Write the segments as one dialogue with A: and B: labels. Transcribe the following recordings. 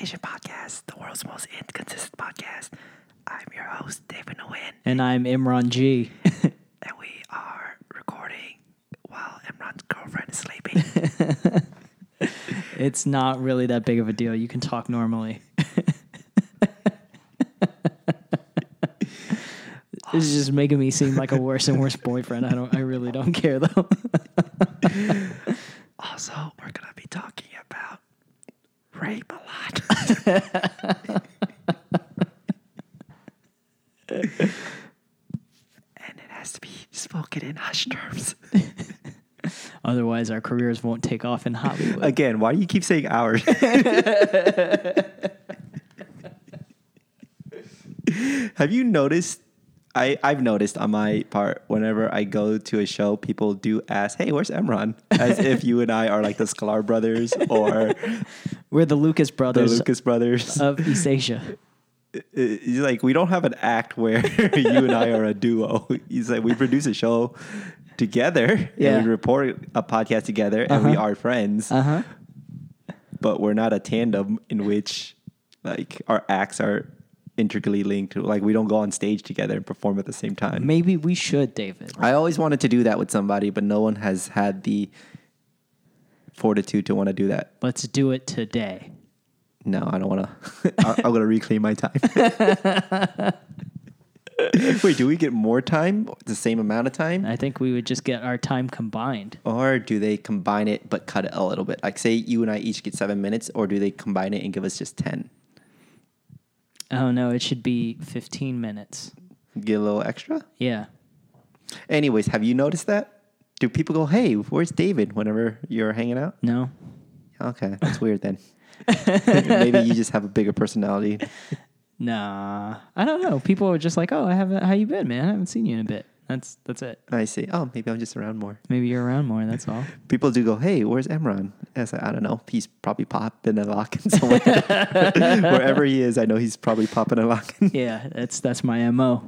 A: Asian podcast, the world's most inconsistent podcast. I'm your host, David Nguyen,
B: And I'm Imran G.
A: and we are recording while Imran's girlfriend is sleeping.
B: it's not really that big of a deal. You can talk normally. this is just making me seem like a worse and worse boyfriend. I don't I really don't care though.
A: also, we're going to be talking about rape a lot. and it has to be spoken in hush terms.
B: Otherwise our careers won't take off in Hollywood.
A: Again, why do you keep saying ours? Have you noticed? I, I've noticed on my part, whenever I go to a show, people do ask, Hey, where's Emron? As if you and I are like the Sklar brothers or
B: We're the Lucas
A: the
B: brothers
A: Lucas brothers.
B: of East Asia.
A: He's like, We don't have an act where you and I are a duo. He's like, We produce a show together
B: Yeah.
A: and we report a podcast together and we
B: Uh-huh.
A: are friends.
B: Uh-huh.
A: but we're not a tandem in which like our acts are intricately linked. Like we don't go on stage together and perform at the same time.
B: Maybe we should, David.
A: I always wanted to do that with somebody, but no one has had the fortitude to want to do that.
B: Let's do it today.
A: No, I don't want to. I'm going to reclaim my time. Wait, do we get more time, the same amount of time?
B: I think we would just get our time combined.
A: Or do they combine it but cut it a little bit? Like, say you and I each get seven minutes, or do they combine it and give us just 10?
B: Oh no, it should be 15 minutes.
A: Get a little extra?
B: Yeah.
A: Anyways, have you noticed that? Do people go, "Hey, where's David?" Whenever you're hanging out?
B: No.
A: Okay, that's weird then. Maybe you just have a bigger personality.
B: Nah, I don't know. People are just like, "Oh, I haven't. How you been, man? I haven't seen you in a bit." That's that's it.
A: I see. Oh, maybe I'm just around more.
B: Maybe you're around more. That's all.
A: People do go, "Hey, where's Emron?" I say, "I don't know. He's probably popping and locking somewhere. Wherever he is, I know he's probably popping and locking."
B: yeah, that's that's my mo.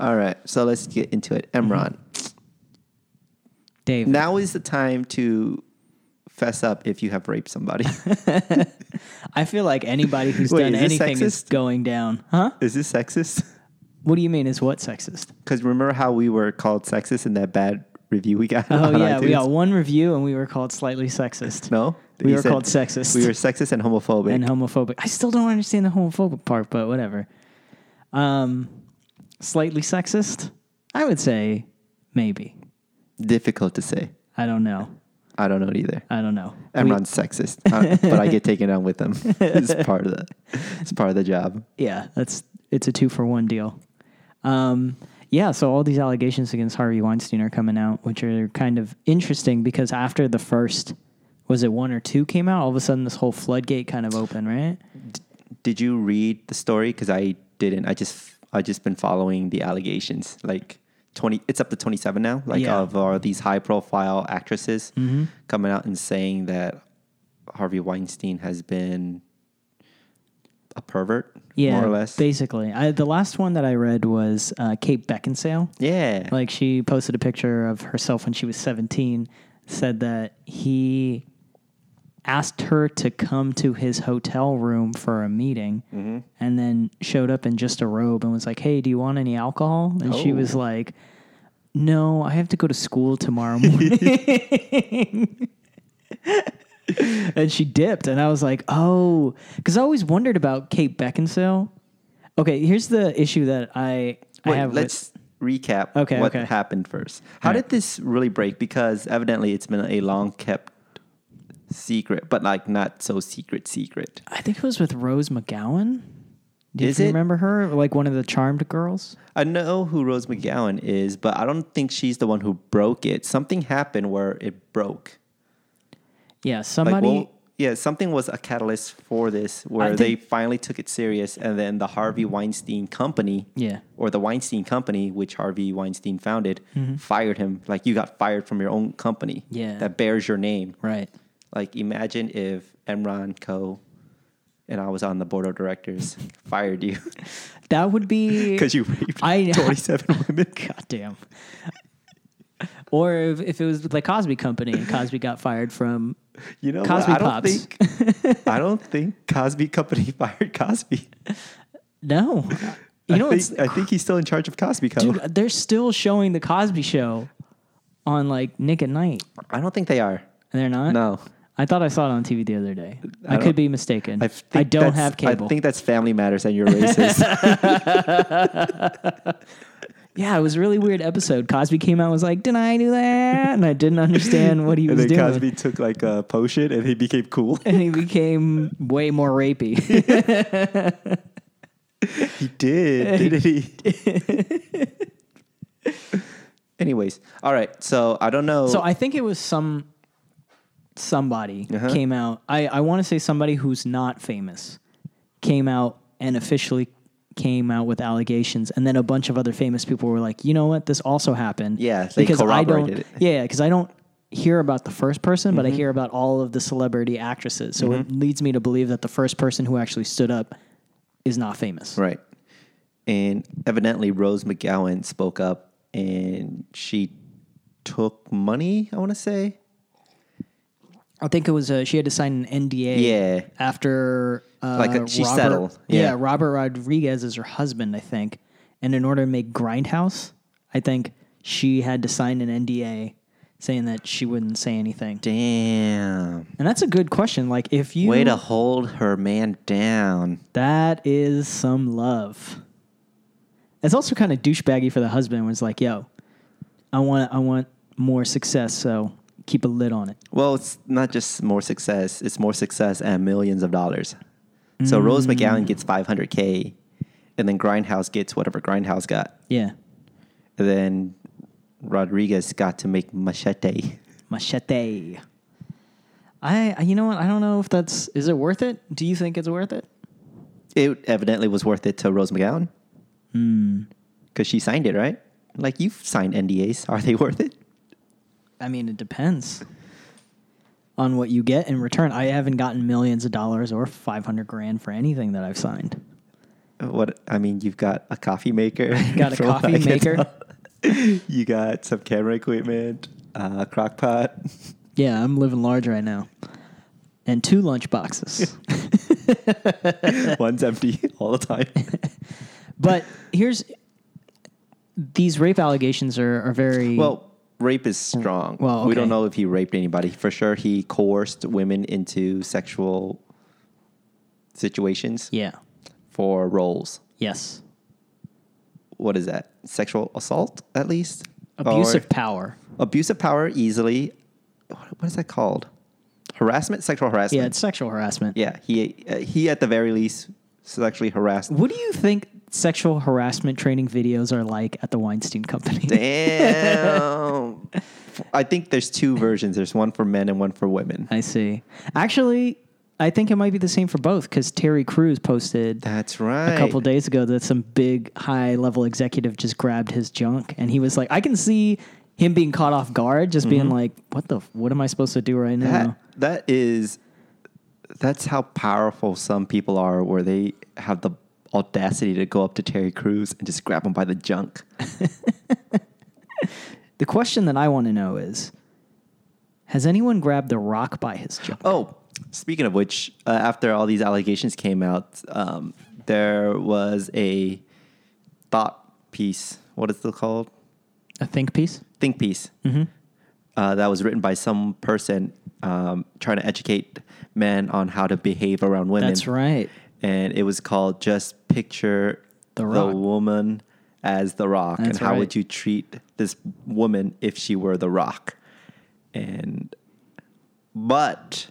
A: All right, so let's get into it.
B: Mm-hmm.
A: Emron,
B: Dave,
A: now is the time to fess up if you have raped somebody.
B: I feel like anybody who's
A: Wait,
B: done
A: is this
B: anything is
A: sexist?
B: going down, huh?
A: is this sexist?
B: What do you mean? Is what sexist?
A: Because remember how we were called sexist in that bad review we got?
B: Oh
A: on
B: yeah, we
A: iTunes?
B: got one review and we were called slightly sexist
A: No,
B: We
A: He
B: were called sexist.
A: We were sexist and homophobic.
B: and homophobic. I still don't understand the homophobic part, but whatever. Um, slightly sexist, I would say maybe.
A: Difficult to say.
B: I don't know.
A: I don't know it either.
B: I don't know. We-
A: Emron's sexist, uh, but I get taken on with him. It's part of the. It's part of the job.
B: yeah, that's it's a two for one deal. Um, yeah, so all these allegations against Harvey Weinstein are coming out, which are kind of interesting because after the first, was it one or two came out, all of a sudden this whole floodgate kind of opened, right?
A: Did you read the story? Because I didn't. I just I just been following the allegations. Like twenty, it's up to twenty seven now. Like
B: Yeah.
A: of all these high profile actresses coming out and saying that Harvey Weinstein has been a pervert,
B: Yeah,
A: more or less.
B: Basically, I, the last one that I read was uh, Kate Beckinsale.
A: yeah,
B: Like she posted a picture of herself when she was 17, said that he asked her to come to his hotel room for a meeting
A: Mm-hmm.
B: and then showed up in just a robe and was like, "Hey, do you want any alcohol?" And she
A: Oh.
B: was like, "No, I have to go to school tomorrow morning." and she dipped and I was like, "Oh, cuz I always wondered about Kate Beckinsale." Okay, here's the issue that I I
A: Wait,
B: have with-
A: let's recap
B: Okay,
A: what
B: okay.
A: happened first. How
B: Alright.
A: did this really break? Because evidently it's been a long kept secret, but like not so secret secret.
B: I think it was with Rose McGowan. Do
A: Is
B: you
A: it?
B: remember her? Like one of the charmed girls?
A: I know who Rose McGowan is, but I don't think she's the one who broke it. Something happened where it broke.
B: Yeah,
A: Like,
B: somebody.
A: well, yeah, something was a catalyst for this where
B: think-
A: they finally took it serious and then the Harvey Weinstein company
B: yeah.
A: or the Weinstein company, which Harvey Weinstein founded, fired him. Like you got fired from your own company
B: Mm-hmm. Yeah.
A: that bears your name.
B: Right.
A: Like imagine if Enron Co. and I was on the board of directors fired you
B: That would be.
A: because you raped
B: I-
A: 27 women.
B: God damn. Or if, if it was with the Cosby Company and Cosby got fired from
A: You know, what?
B: Cosby
A: I don't
B: Pops.
A: think I don't think Cosby Company fired Cosby.
B: no, you know
A: I
B: it's
A: think, I think he's still in charge of Cosby Co.
B: dude. They're still showing the Cosby Show on like Nick at Night,
A: I don't think they are.
B: and they're not.
A: No,
B: I thought I saw it on TV the other day.
A: I
B: I, could
A: don't-
B: be mistaken. I,
A: think
B: don't
A: that's-
B: have cable.
A: I think that's Family Matters, and you're racist.
B: yeah, it was a really weird episode. Cosby came out and was like, "Did I do that?" And I didn't understand what he
A: and
B: was
A: then
B: doing.
A: Cosby took like a potion, and he became cool.
B: And he became way more rapey.
A: He did, didn't he? Anyways, all right. So I don't know.
B: so I think it was some somebody
A: Uh-huh.
B: came out. I I want to say somebody who's not famous came out and officially came out with allegations and then a bunch of other famous people were like, "You know what? This also happened."
A: Yeah, they
B: I don't
A: corroborated it. Mm-hmm.
B: Yeah, cuz I don't hear about the first person, but I hear about all of the celebrity actresses. So it leads me to believe that the first person who actually stood up is not famous.
A: right. And evidently, Rose McGowan spoke up, and she took money. I want to say.
B: I think it was uh, she had to sign an NDA.
A: Yeah.
B: After uh,
A: Like, uh, she
B: Robert-
A: settled. Yeah.
B: Robert Rodriguez is her husband, I think. And in order to make Grindhouse, I think she had to sign an NDA saying that she wouldn't say anything.
A: Damn.
B: And that's a good question. Like if you
A: Way to hold her man down.
B: that is some love. It's also kind of douchebaggy for the husband. Was like, yo, I want I want more success, so keep a lid on it.
A: Well, it's not just more success, it's more success and millions of dollars. So Rose McGowan gets 500K, and then Grindhouse gets whatever Grindhouse got.
B: Yeah,
A: And then Rodriguez got to make Machete.
B: machete. I I- you know what? I don't know if that's is it worth it? Do you think it's worth it?
A: It evidently was worth it to Rose McGowan.
B: Hmm.
A: Because she signed it, right? Like, you've signed NDAs. Are they worth it?
B: I mean, it depends on what you get in return. I haven't gotten millions of dollars or 500 grand for anything that I've signed.
A: What I mean, you've got a coffee maker.
B: Got a
A: from what
B: coffee
A: I can
B: maker.
A: tell. you got some camera equipment, uh, crock pot.
B: Yeah, I'm living large right now. And two lunch boxes.
A: One's empty all the time.
B: but here's these rape allegations are, are very
A: Well, rape is strong.
B: Well,
A: we don't
B: okay.
A: know if he raped anybody. For sure, he coerced women into sexual situations
B: yeah.
A: for roles.
B: Yes.
A: What is that? Sexual assault, at least?
B: Abuse
A: Or-
B: of power.
A: abuse of power easily. What, what is that called? Harassment, sexual harassment.
B: Yeah, it's sexual harassment.
A: yeah. He uh, he at the very least sexually harassed.
B: What do you think sexual harassment training videos are like at the Weinstein Company?
A: Damn. I think there's two versions. There's one for men and one for women.
B: I see. Actually, I think it might be the same for both because Terry Crews posted
A: That's right.
B: a couple days ago that some big high level executive just grabbed his junk and he was like, I can see him being caught off guard, just being like, what the, what am I supposed to do right now?
A: Mm-hmm. That, that is, that's how powerful some people are, where they have the audacity to go up to Terry Crews and just grab him by the junk.
B: The question that I want to know is, has anyone grabbed the rock by his junk?
A: Oh, speaking of which, uh, after all these allegations came out, um, there was a thought piece. What is it called?
B: A think piece?
A: Think piece. Mm-hmm. Uh, that was written by some person um, trying to educate men on how to behave around women.
B: That's right.
A: and it was called "Just Picture
B: The
A: the,
B: Rock.
A: Woman as the Rock," and
B: That's
A: how
B: right.
A: would you treat this woman if she were the Rock? And but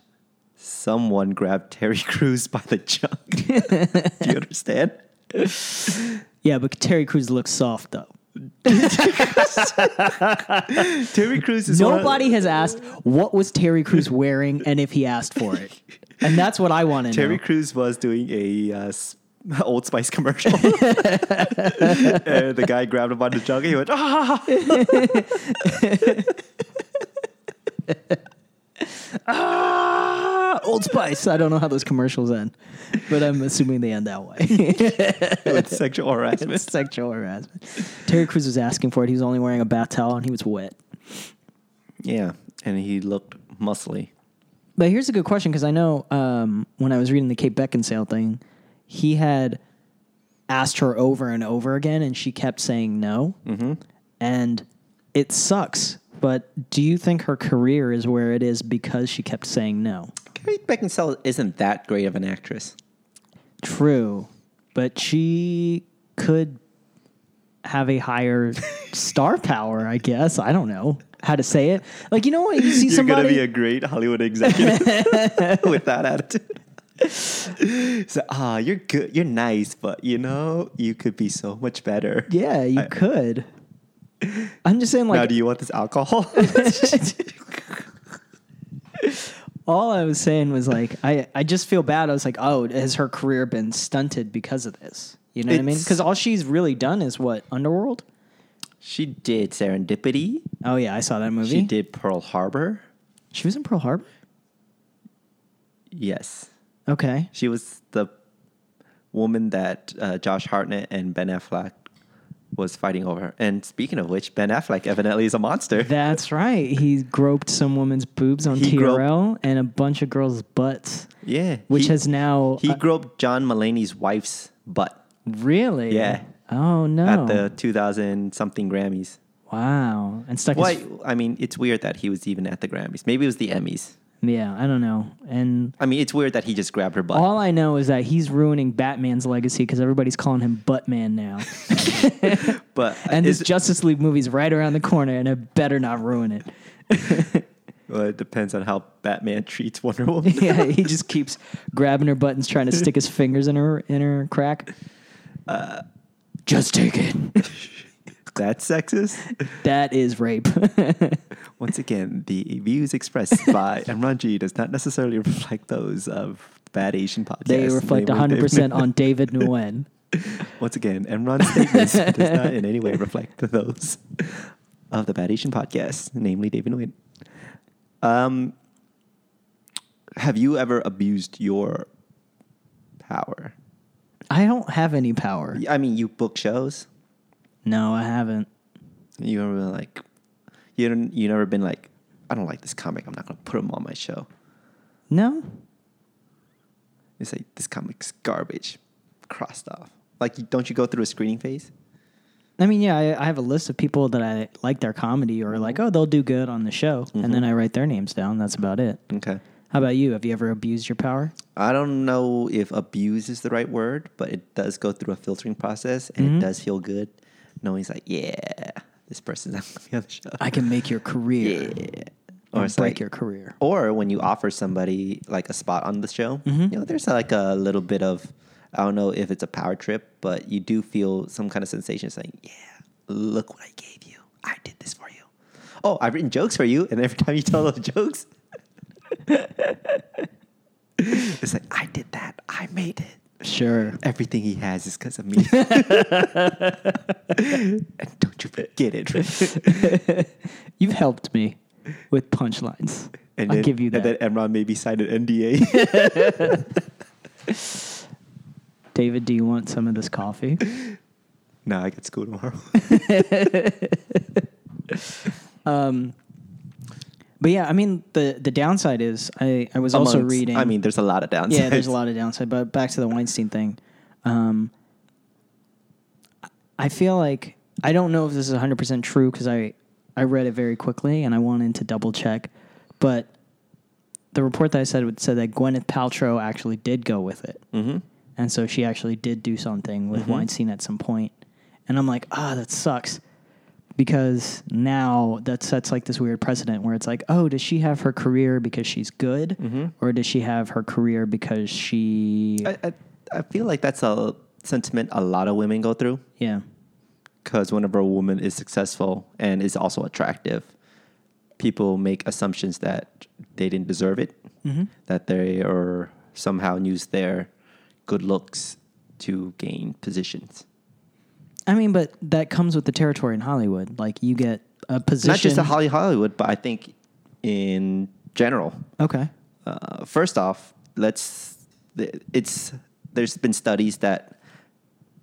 A: someone grabbed Terry Crews by the junk. Do you understand?
B: Yeah, but Terry Crews looks soft though.
A: Terry Crews is one of-
B: Nobody has asked what was Terry Crews wearing and if he asked for it. And that's what I want to know.
A: Terry Crews was doing a uh, s- Old Spice commercial, and the guy grabbed him by the junk. And he went, "Ah!"
B: Ah, Old Spice. I don't know how those commercials end, but I'm assuming they end that way.
A: with sexual harassment.
B: Sexual harassment. Terry Crews was asking for it. He was only wearing a bath towel and he was wet.
A: Yeah, and he looked muscly.
B: But here's a good question because I know um, when I was reading the Kate Beckinsale thing, he had asked her over and over again, and she kept saying no. Mm-hmm. And it sucks. But do you think her career is where it is because she kept saying no?
A: Kate Beckinsale isn't that great of an actress.
B: True, but she could have a higher star power, I guess. I don't know how to say it. Like you know what you see
A: You're
B: somebody
A: gonna be a great Hollywood executive with that attitude. so ah, you're good, you're nice, but you know you could be so much better.
B: Yeah, you could. I'm just saying,
A: now,
B: like,
A: do you want this alcohol?
B: all I was saying was like, I, I just feel bad. I was like, oh, has her career been stunted because of this? You know what I mean?
A: It's-
B: Because all she's really done is what Underworld.
A: she did Serendipity.
B: Oh yeah, I saw that movie.
A: She did Pearl Harbor.
B: She was in Pearl Harbor.
A: Yes,
B: Okay.
A: she was the woman that uh, Josh Hartnett and Ben Affleck was fighting over. And speaking of which, Ben Affleck evidently is a monster.
B: That's right. He groped some woman's boobs on
A: He groped-
B: TRL and a bunch of girls' butts,
A: yeah,
B: which
A: he-
B: has now
A: He
B: uh,
A: groped John Mulaney's wife's butt
B: really.
A: Yeah.
B: Oh no.
A: at the 2000 something Grammys.
B: wow. And stuck
A: Why?
B: his.
A: I mean, it's weird that he was even at the Grammys. Maybe it was the Emmys.
B: Yeah, I don't know. And
A: I mean, it's weird that he just grabbed her butt.
B: All I know is that he's ruining Batman's legacy because everybody's calling him Buttman now.
A: but
B: And this
A: is-
B: Justice League movie's right around the corner, and it better not ruin it.
A: well, it depends on how Batman treats Wonder Woman.
B: yeah, he just keeps grabbing her buttons, trying to stick his fingers in her in her crack.
A: Uh,
B: just take it.
A: That's sexist.
B: that is rape.
A: Once again, the views expressed by Amranji does not necessarily reflect those of Bad Asian Podcast.
B: they reflect
A: They- they-
B: 100% on David Nguyen.
A: Once again, Enron's statements does not in any way reflect those of the Bad Asian podcast, namely David Nguyen. Um, have you ever abused your power?
B: I don't have any power.
A: I mean, you book shows.
B: No, I haven't.
A: You ever been like, you don't, you never been like, I don't like this comic. I'm not going to put him on my show.
B: No?
A: It's like this comic's garbage, crossed off. Like, you- don't you go through a screening phase?
B: I mean, yeah, I, I have a list of people that I like their comedy or like,
A: Mm-hmm.
B: oh, they'll do good on the show. And then I write their names down. That's about it.
A: Okay.
B: How about you? Have you ever abused your power?
A: I don't know if abuse is the right word, but it does go through a filtering process and
B: Mm-hmm.
A: it does feel good knowing it's like, yeah, this person's not going to be on the show.
B: I can make your career
A: yeah.
B: or
A: it's
B: break
A: like-
B: your career.
A: Or when you offer somebody like a spot on the show,
B: Mm-hmm.
A: you know, there's like a little bit of, I don't know if it's a power trip, but you do feel some kind of sensation saying, yeah, look what I gave you. I did this for you. Oh, I've written jokes for you. And every time you tell those jokes, it's like, I did that. I made it
B: Sure.
A: everything he has is because of me. and don't you forget it.
B: You've helped me with punchlines.
A: And
B: I'll
A: then,
B: give you that.
A: And then Emron maybe signed an NDA.
B: David, do you want some of this coffee?
A: no, I get school tomorrow.
B: But yeah, I mean, the, the downside is I, I was also
A: Amongst-
B: reading.
A: I mean, there's a lot of downsides.
B: yeah, there's a lot of downside. But back to the Weinstein thing, um, I feel like I don't know if this is 100 percent true because I I read it very quickly and I wanted to double check, but the report that I said would said that Gwyneth Paltrow actually did go with it, mm-hmm. and so she actually did do something
A: Mm-hmm.
B: with Weinstein at some point, and I'm like, ah, that sucks. Because now that sets like this weird precedent where it's like, oh, does she have her career because she's good, or does she have her career because she,
A: Mm-hmm. I, I, I feel like that's a sentiment a lot of women go through
B: yeah,
A: because whenever a woman is successful and is also attractive, people make assumptions that they didn't deserve it, that they are somehow use their good looks to gain positions.
B: I mean, but that comes with the territory in Hollywood. Like you get a position.
A: Not just in Holly Hollywood, but I think in general.
B: Okay.
A: Uh, first off, let's. th- It's there's been studies that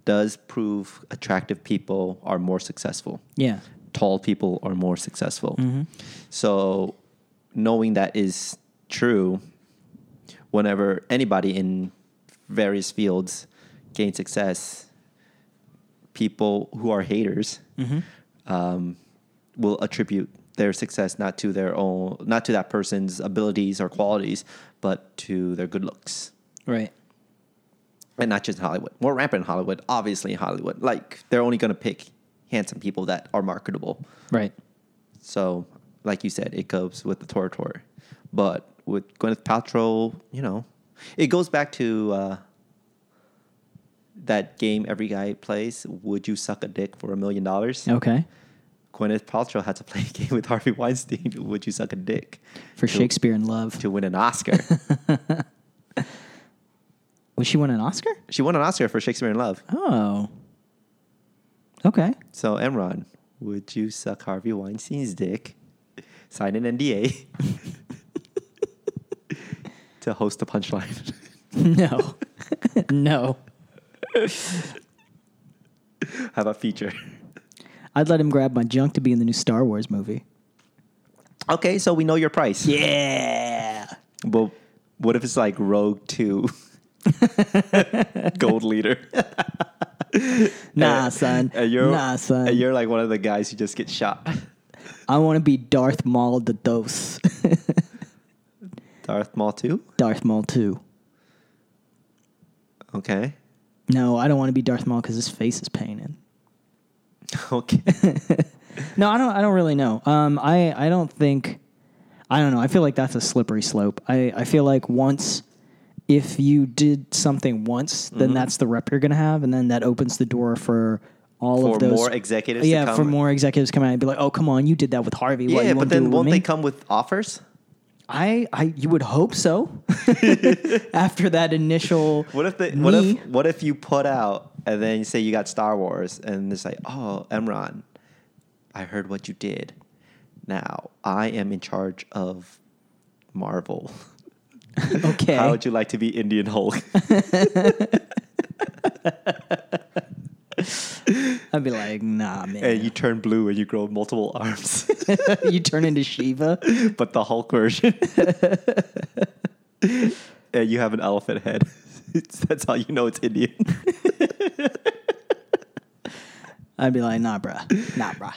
A: does prove attractive people are more successful.
B: Yeah.
A: tall people are more successful. So, knowing that is true, whenever anybody in various fields gains success, people who are haters
B: Mm-hmm.
A: um, will attribute their success not to their own, not to that person's abilities or qualities, but to their good looks
B: Right.
A: and not just in Hollywood. More rampant in Hollywood, obviously in Hollywood. Like they're only going to pick handsome people that are marketable.
B: Right.
A: So, like you said, it goes with the Tortor. But with Gwyneth Paltrow, you know, it goes back to uh, that game every guy plays. Would you suck a dick for a million dollars?
B: Okay.
A: Gwyneth Paltrow had to play a game with Harvey Weinstein. Would you suck a dick
B: For
A: to-
B: Shakespeare in Love.
A: to win an Oscar?
B: Was she won an Oscar?
A: she won an Oscar for Shakespeare in Love.
B: Oh. Okay.
A: So Emron, would you suck Harvey Weinstein's dick? Sign an NDA to host a punchline.
B: No. no.
A: Have a feature.
B: I'd let him grab my junk to be in the new Star Wars movie.
A: Okay, so we know your price.
B: Yeah.
A: But what if it's like Rogue Two, Gold Leader?
B: Nah,
A: And-
B: son.
A: And you're,
B: nah, son.
A: And you're like one of the guys who just get shot.
B: I want to be Darth Maul the Dose.
A: Darth Maul Two.
B: Darth Maul 2.
A: Okay.
B: No, I don't want to be Darth Maul because his face is painted.
A: Okay.
B: No, I don't. I don't really know. Um, I I don't think. I don't know. I feel like that's a slippery slope. I I feel like once, if you did something once, then
A: Mm-hmm.
B: that's the rep you're gonna have, and then that opens the door for all
A: For
B: of those
A: more executives.
B: Yeah,
A: to come.
B: for more executives coming out and be like, "Oh, come on, you did that with Harvey. What,
A: Yeah,
B: you
A: but
B: won't do it
A: then
B: with
A: won't
B: me?"
A: they come with offers?
B: I I you would hope so. After that initial,
A: What if they, what if
B: knee.
A: what if you put out and then you say you got Star Wars and it's like, oh, Emron, I heard what you did. Now I am in charge of Marvel.
B: okay,
A: How would you like to be Indian Hulk?
B: I'd be like, nah, man,
A: and you turn blue and you grow multiple arms,
B: you turn into Shiva.
A: but the Hulk version. and you have an elephant head. That's how you know it's Indian.
B: I'd be like, nah, bruh, nah, bruh.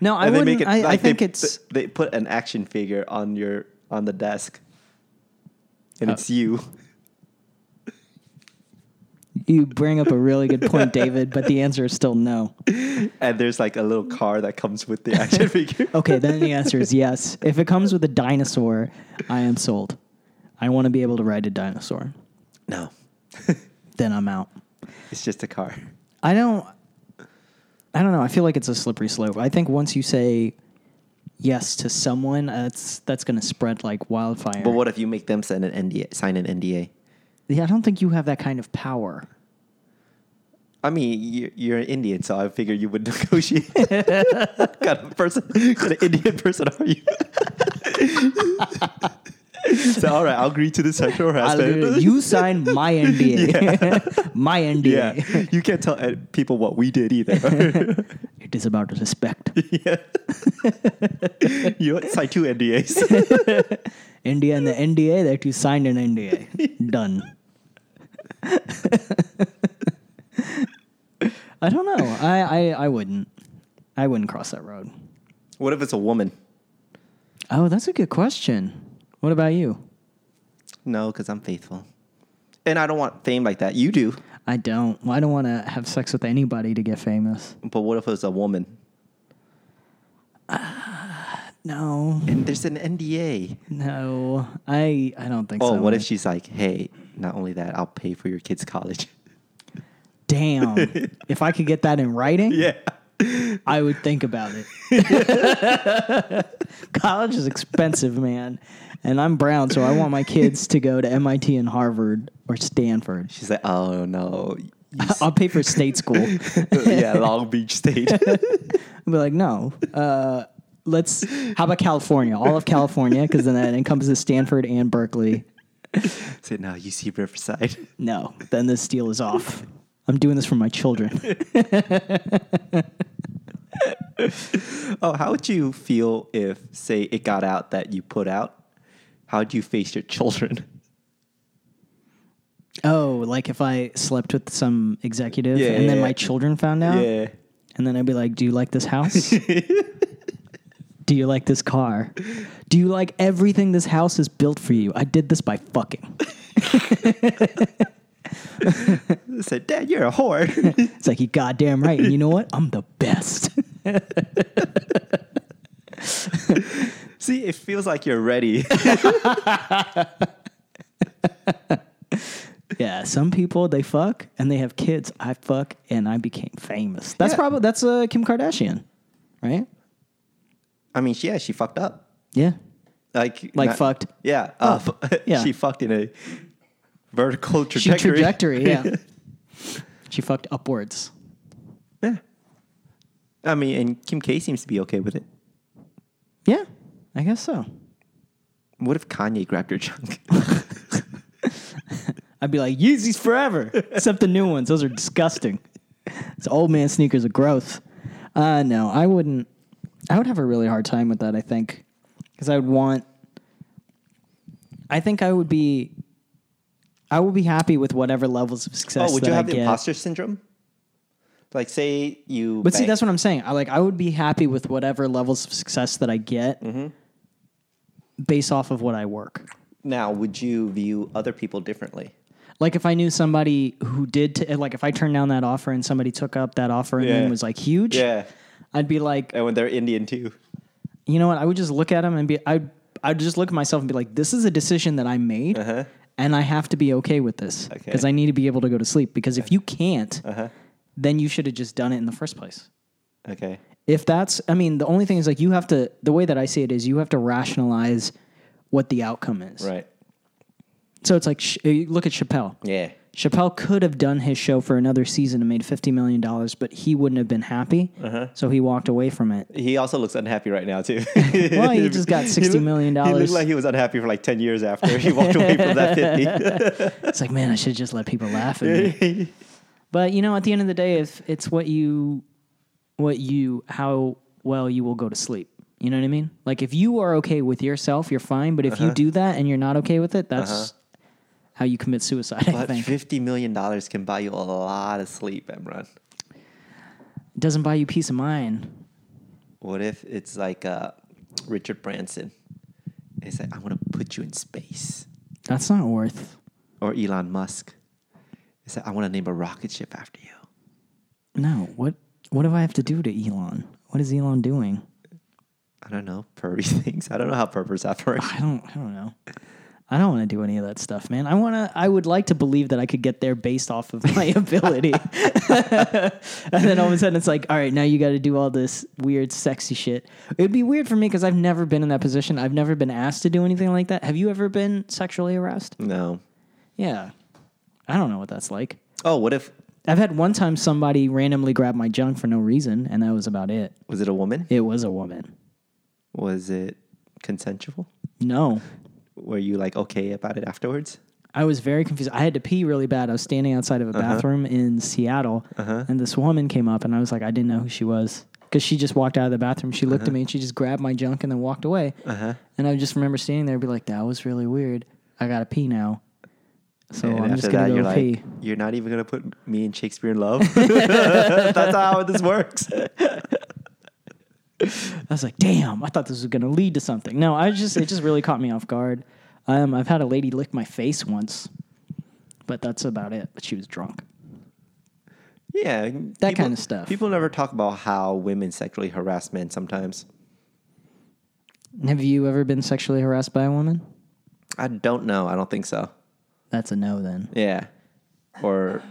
B: No, I
A: And
B: wouldn't. I, I
A: like, they
B: think
A: p-
B: it's
A: they put an action figure on your on the desk, and
B: Oh.
A: it's you.
B: you bring up a really good point, David, but the answer is still no.
A: And there's like a little car that comes with the action figure.
B: Okay, then the answer is yes. If it comes with a dinosaur, I am sold. I want to be able to ride a dinosaur.
A: No,
B: Then I'm out.
A: it's just a car.
B: I don't. I don't know. I feel like it's a slippery slope. I think once you say yes to someone, that's that's going to spread like wildfire.
A: But what if you make them sign an NDA? Sign an NDA.
B: Yeah, I don't think you have that kind of power.
A: I mean, you- you're an Indian, so I figure you would negotiate. kind of person, kind of Indian person are you? so all right, I'll agree to this sexual
B: I'll
A: harassment.
B: do it. you sign my NDA. my
A: yeah,
B: NDA.
A: you can't tell uh, people what we did either.
B: It is about respect.
A: yeah, you know what? sign two NDAs.
B: India and the NDA that you signed an NDA. Done. I don't know. I, I, I wouldn't. I wouldn't cross that road.
A: what if it's a woman?
B: Oh, that's a good question. What about you?
A: No, because I'm faithful. And I don't want fame like that. You do.
B: I don't. I don't want to have sex with anybody to get famous.
A: But what if it was a woman?
B: No.
A: And there's an NDA.
B: No. I I don't think
A: Oh,
B: so.
A: what if she's like, hey, not only that, I'll pay for your kid's college.
B: Damn. if I could get that in writing,
A: yeah.
B: I would think about it. College is expensive, man. And I'm brown, so I want my kids to go to MIT and Harvard or Stanford.
A: She's like, oh, no. You
B: I'll pay for state school. I'll
A: s- yeah, Long Beach State.
B: be like, no. Uh, let's, how about California? All of California, because then that encompasses Stanford and Berkeley.
A: Say, no, UC Riverside.
B: No, then this deal is off. I'm doing this for my children.
A: Oh, how would you feel if, say, it got out that you put out? How'd you face your children?
B: Oh, like if I slept with some executive
A: Yeah,
B: and then
A: yeah,
B: my
A: yeah.
B: children found out,
A: Yeah.
B: and then I'd be like, "Do you like this house? Do you like this car? Do you like everything this house is built for you? I did this by fucking."
A: I said, Dad, you're a whore.
B: It's like you goddamn right. And you know what? I'm the best.
A: See, it feels like you're ready.
B: yeah, some people they fuck and they have kids. I fuck and I became famous. That's
A: Yeah.
B: probably that's uh, Kim Kardashian, right?
A: I mean, yeah, she fucked up.
B: Yeah.
A: Like,
B: Like fucked Oh,
A: Yeah. Up.
B: Yeah.
A: she fucked in a vertical
B: She
A: trajectory.
B: trajectory, yeah. she fucked upwards.
A: I mean, and Kim K seems to be okay with it.
B: Yeah. I guess so.
A: What if Kanye grabbed your junk?
B: I'd be like, Yeezys forever, except the new ones. Those are disgusting. These old man sneakers are gross. Uh, no, I wouldn't. I would have a really hard time with that, I think. Because I would want. I think I would be. I would be happy with whatever levels of success
A: oh, would
B: that
A: you have
B: I
A: the
B: get.
A: imposter syndrome? Like, say you.
B: But see,
A: bang-
B: that's what I'm saying. I like I would be happy with whatever levels of success that I get
A: Mm-hmm.
B: based off of what I work.
A: Now, would you view other people differently?
B: Like if I knew somebody who did, t- eh, like if I turned down that offer and somebody took up that offer and then
A: Yeah.
B: was like huge,
A: Yeah.
B: I'd be like,
A: And when they're Indian too.
B: you know what? I would just look at him and be, I'd, I'd just look at myself and be like, this is a decision that I made, and I have to be okay with this
A: Uh-huh. Okay. Uh-huh.
B: because I need to be able to go to sleep. Because if you can't, then you should have just done it in the first place.
A: Okay.
B: If that's, I mean, the only thing is like you have to. The way that I see it is you have to rationalize what the outcome is.
A: Right.
B: So it's like sh- you look at Chappelle.
A: Yeah.
B: Chappelle could have done his show for another season and made fifty million dollars, but he wouldn't have been happy. So he walked away from it.
A: He also looks unhappy right now too.
B: Well, he just got sixty million
A: He looked
B: dollars.
A: like he was unhappy for like ten years after he walked away from that fifty.
B: It's like, man, I should just let people laugh at me. but you know, at the end of the day, if it's what you, what you, how well you will go to sleep. You know what I mean? Like, if you are okay with yourself, you're fine. But if you do that and you're not okay with it, that's how you commit suicide. I
A: But
B: think
A: fifty million dollars can buy you a lot of sleep, Emron.
B: it doesn't buy you peace of mind.
A: What if it's like uh, Richard Branson? It's like I want to put you in space,
B: That's not worth.
A: or Elon Musk. It's like I want to name a rocket ship after you.
B: No. What? What do I have to do to Elon? What is Elon doing?
A: I don't know pervy things. I don't know how pervers operate.
B: I don't. I don't know. I don't want to do any of that stuff, man. I want to. I would like to believe that I could get there based off of my ability, and then all of a sudden it's like, all right, now you got to do all this weird, sexy shit. It would be weird for me because I've never been in that position. I've never been asked to do anything like that. Have you ever been sexually harassed?
A: No.
B: Yeah, I don't know what that's like.
A: Oh, what if
B: I've had one time somebody randomly grab my junk for no reason, and that was about it.
A: was it a woman?
B: It was a woman.
A: Was it consensual?
B: No,
A: Were you like okay about it afterwards?
B: I was very confused. I had to pee really bad. I was standing outside
A: Uh-huh.
B: of a bathroom in Seattle, and this woman came up, and I was like, I didn't know who she was because she just walked out of the bathroom. She
A: Uh-huh.
B: looked at me and she just grabbed my junk and then walked away. And I just remember standing there and be like, that was really weird. I gotta pee now, so
A: And
B: I'm just
A: after that,
B: gonna go
A: you're
B: pee.
A: like, you're not even gonna put me and Shakespeare in love. That's how this works.
B: I was like, damn, I thought this was gonna lead to something. No, I just it just really caught me off guard. Um, I've had a lady lick my face once, but that's about it. But she was drunk.
A: Yeah,
B: That kind of stuff.
A: People never talk about how women sexually harass men sometimes.
B: Have you ever been sexually harassed by a woman?
A: I don't know. I don't think so.
B: That's a no then.
A: Yeah, or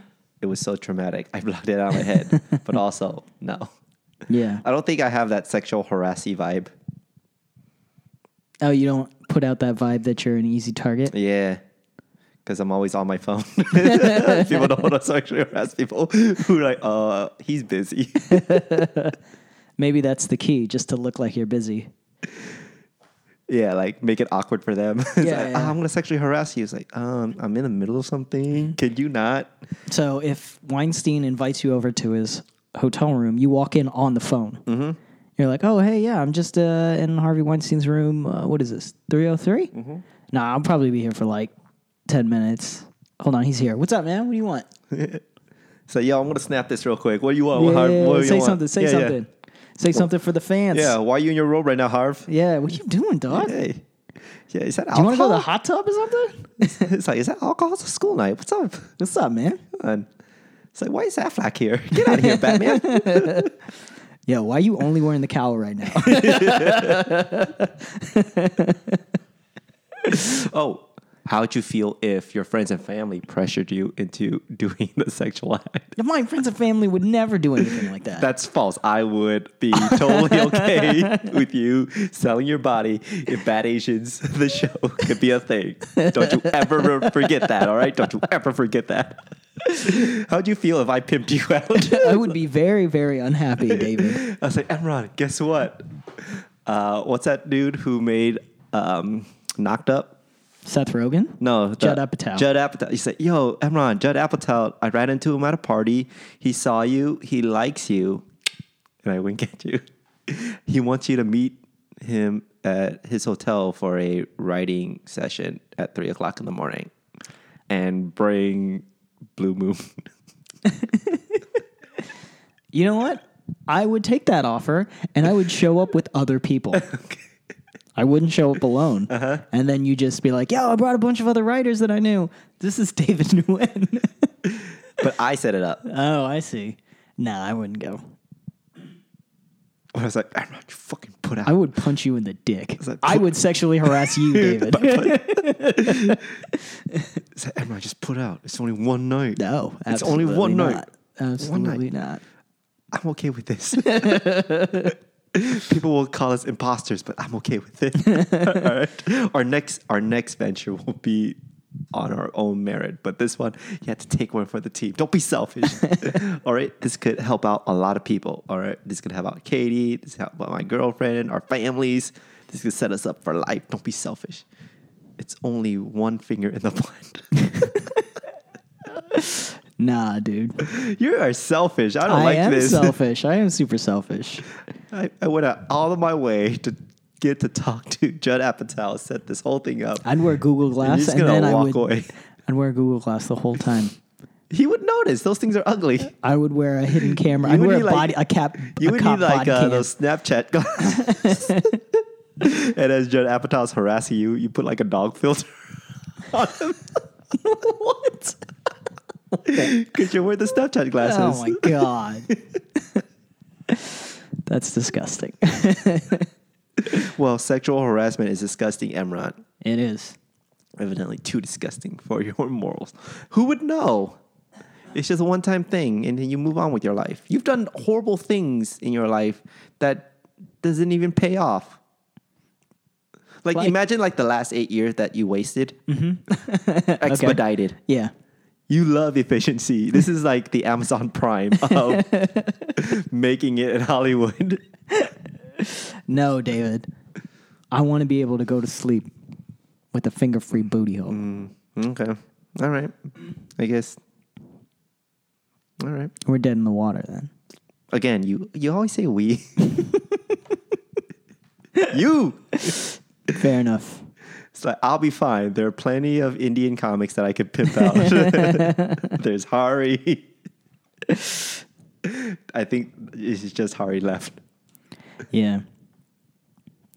A: it was so traumatic. I blocked it out of my head. but also, no.
B: Yeah.
A: I don't think I have that sexual harassy vibe.
B: Oh, you don't put out that vibe that you're an easy target.
A: Yeah. Because I'm always on my phone. people don't want to sexually harass people who are like, uh, he's busy.
B: Maybe that's the key, just to look like you're busy.
A: yeah, like make it awkward for them. It's like,
B: Yeah, yeah.
A: "Oh, I'm gonna sexually harass you. It's like, um, I'm in the middle of something. Could you not?
B: So if Weinstein invites you over to his hotel room, you walk in on the phone. Mm-hmm. You're like, oh, hey, yeah, I'm just uh, in Harvey Weinstein's room. Uh, what is this, 303?
A: Mm-hmm.
B: Nah, I'll probably be here for like 10 minutes. Hold on, he's here. What's up, man? What do you want?
A: So, yo, I'm gonna snap this real quick. What do you want? Harv? What do you
B: say
A: want?
B: something, say
A: Yeah, yeah.
B: something. Say something for the fans.
A: Yeah. Why are you in your robe right now, Harv?
B: Yeah, what you doing, dog?
A: Hey. Yeah. Is that
B: You want to
A: alcohol?
B: go to the hot tub or something?
A: it's like, is that alcohol? It's a school night. What's up?
B: What's up, man?
A: And it's like, why is Affleck here? Get out of here, Batman.
B: Yeah, why you only wearing the cowl right now?
A: oh, how'd you feel if your friends and family pressured you into doing the sexual act?
B: My friends and family would never do anything like that.
A: That's false. I would be totally okay with you selling your body if Bad Asians, the show, could be a thing. Don't you ever re- forget that, all right? Don't you ever forget that. How'd you feel if I pimped you out?
B: I would be very, very unhappy, David.
A: I was like, Emron, guess what? Uh, what's that dude who made um, Knocked Up?
B: Seth Rogen?
A: No, the-
B: Judd Apatow.
A: Judd Apatow. He said, "Yo, Emron, Judd Apatow. I ran into him at a party. He saw you. He likes you, and I wink at you. he wants you to meet him at his hotel for a writing session at three o'clock in the morning, and bring Blue Moon.
B: You know what? I would take that offer and I would show up with other people. I wouldn't show up alone.
A: Uh-huh.
B: And then you just be like, yo, I brought a bunch of other writers that I knew. This is David Nguyen.
A: but I set it up.
B: oh, I see. Nah, I wouldn't go.
A: I was like, Emron, you fucking put out."
B: I would punch you in the dick.
A: that-
B: I would sexually harass you, David.
A: It's like, Emma, just put out. It's only one night.
B: no,
A: It's only
B: absolutely
A: one night.
B: not. Absolutely not.
A: I'm okay with this. People will call us imposters, but I'm okay with it. All right. Our next our next venture will be on our own merit, but this one you have to take one for the team. Don't be selfish. all right. This could help out a lot of people. All right. This could help out Katie. This could help out my girlfriend, our families. This could set us up for life. Don't be selfish. It's only one finger in the blind.
B: Nah, dude.
A: you are selfish. I don't
B: I
A: like
B: am
A: this.
B: selfish. I am super selfish.
A: I, I went out all of my way to get to talk to Judd Apatow, set this whole thing up.
B: I'd wear Google
A: and
B: Glass
A: he's
B: and,
A: gonna
B: then I
A: walk
B: would.
A: away.
B: I'd wear Google Glass the whole time.
A: He would notice those things are ugly.
B: I would wear a hidden camera.
A: You
B: I'd
A: would
B: Uh, wear a
A: need, like-
B: body, a cap.
A: You
B: a
A: would
B: cop
A: need like
B: body
A: uh,
B: cam.
A: those Snapchat glasses. and as Judd Apatow's harassing you, you put like a dog filter on him. what? Because you wear the Snapchat glasses.
B: Oh my god, that's disgusting.
A: Well, sexual harassment is disgusting, Emron.
B: it is.
A: evidently too disgusting for your morals. Who would know? It's just a one time thing and then you move on with your life. You've done horrible things in your life that doesn't even pay off. Like,
B: Like-
A: imagine like the last eight years that you wasted. Expedited.
B: Yeah,
A: You love efficiency. This is like the Amazon Prime of making it in Hollywood.
B: no, David. I want to be able to go to sleep with a finger-free booty hole.
A: Mm. Okay. All right. I guess. All right.
B: We're dead in the water then.
A: Again, you you always say we. you.
B: Fair enough.
A: It's like I'll be fine. There are plenty of Indian comics that I could pimp out. There's Hari. I think it's just Hari left.
B: Yeah.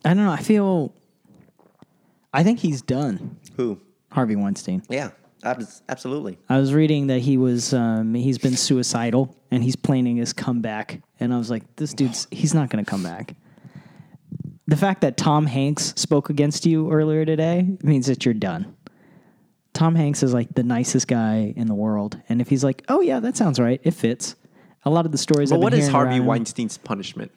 B: I don't know. I feel. I think he's done,
A: Who?
B: Harvey Weinstein.
A: Yeah, abs- absolutely.
B: I was reading that he was um, he's been suicidal and he's planning his comeback, and I was like, this dude's he's not going to come back. The fact that Tom Hanks spoke against you earlier today means that you're done. Tom Hanks is like the nicest guy in the world, and if he's like, oh yeah, that sounds right, it fits. A lot of the stories.
A: But
B: I've
A: what
B: been
A: is
B: hearing
A: Harvey
B: around-
A: Weinstein's punishment?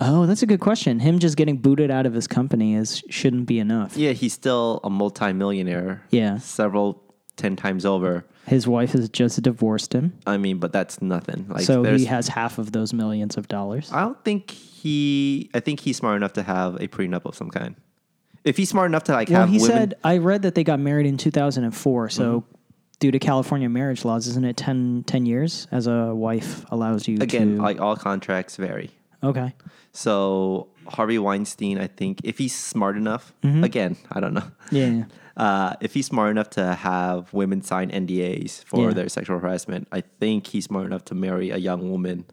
B: Oh, that's a good question. Him just getting booted out of his company is shouldn't be enough.
A: Yeah, he's still a multimillionaire.
B: Yeah.
A: several ten times over.
B: His wife has just divorced him,
A: I mean, but that's nothing. Like
B: so
A: there's
B: he has half of those millions of dollars.
A: I don't think he. I think he's smart enough to have a prenup of some kind. If he's smart enough to like
B: Well,
A: have
B: he
A: women, Mm-hmm.
B: said I read that they got married in 2004. So, due to California marriage laws, isn't it 10, 10 years as a wife allows you
A: again,
B: to?
A: like all contracts vary.
B: Okay.
A: So Harvey Weinstein, I think, if he's smart enough, again, I don't know.
B: Mm-hmm. Yeah.
A: Uh, if he's smart enough to have women sign NDAs for
B: Yeah.
A: their sexual harassment, I think he's smart enough to marry a young woman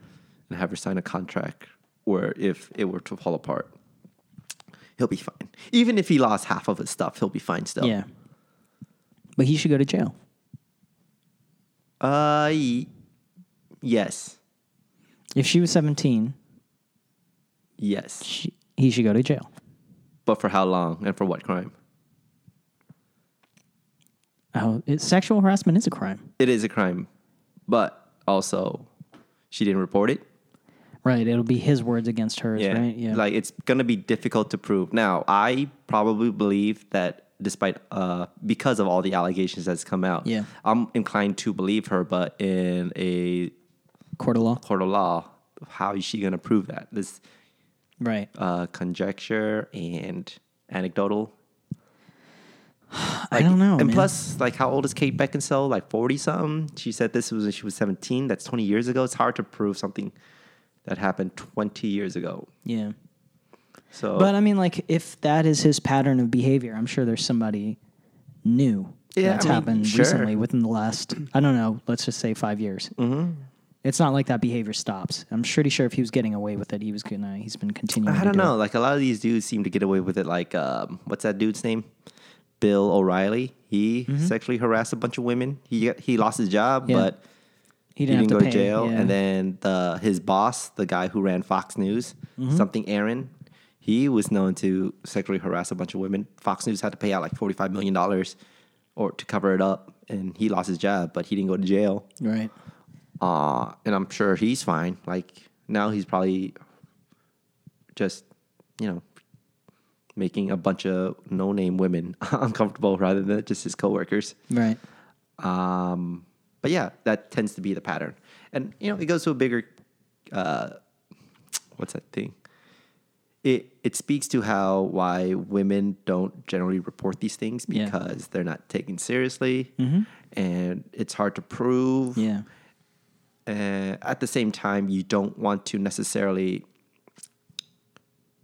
A: and have her sign a contract where if it were to fall apart, he'll be fine. Even if he lost half of his stuff, he'll be fine still.
B: Yeah. But he should go to jail.
A: Uh, y- yes.
B: If she was 17,
A: Yes.
B: she, he should go to jail.
A: But for how long and for what crime?
B: Oh, it, sexual harassment is a crime.
A: It is a crime, but also she didn't report it.
B: Right. It'll be his words against hers,
A: Yeah.
B: right? Yeah.
A: Like it's going to be difficult to prove. Now, I probably believe that despite uh because of all the allegations that's come out,
B: Yeah.
A: I'm inclined to believe her, but in a
B: Court of law.
A: court of law, how is she going to prove that? This
B: Right.
A: uh conjecture and anecdotal.
B: I don't know.
A: And
B: man.
A: plus, like, how old is Kate Beckinsale? Like forty something. She said this was when she was seventeen. That's twenty years ago. It's hard to prove something that happened twenty years ago.
B: Yeah.
A: So,
B: But uh, I mean, like, if that is his pattern of behavior, I'm sure there's somebody new
A: Yeah,
B: that's
A: I mean,
B: happened
A: sure.
B: recently within the last, I don't know, let's just say five years. Mm-hmm. It's not like that behavior stops. I'm pretty sure if he was getting away with it, he was gonna, he's been continuing.
A: I
B: to
A: don't
B: do it.
A: know. Like a lot of these dudes seem to get away with it. Like, um, what's that dude's name? Bill O'Reilly. He sexually harassed a bunch of women. He he lost his job,
B: Mm-hmm. Yeah.
A: but he
B: He didn't,
A: didn't go
B: have to
A: to
B: pay,
A: jail.
B: yeah.
A: And then the his boss, the guy who ran Fox News,
B: Mm-hmm.
A: something Aaron, he was known to sexually harass a bunch of women. Fox News had to pay out like forty five million dollars, or to cover it up, and he lost his job, but he didn't go to jail.
B: right.
A: Uh, and I'm sure he's fine. Like now he's probably just, you know, making a bunch of no name women uncomfortable rather than just his coworkers.
B: Right.
A: Um, but yeah, that tends to be the pattern. And, you know, it goes to a bigger, uh, what's that thing? It, it speaks to how why women don't generally report these things
B: Yeah. Mm-hmm.
A: because they're not taken seriously and it's hard to prove
B: Yeah.
A: uh, at the same time, you don't want to necessarily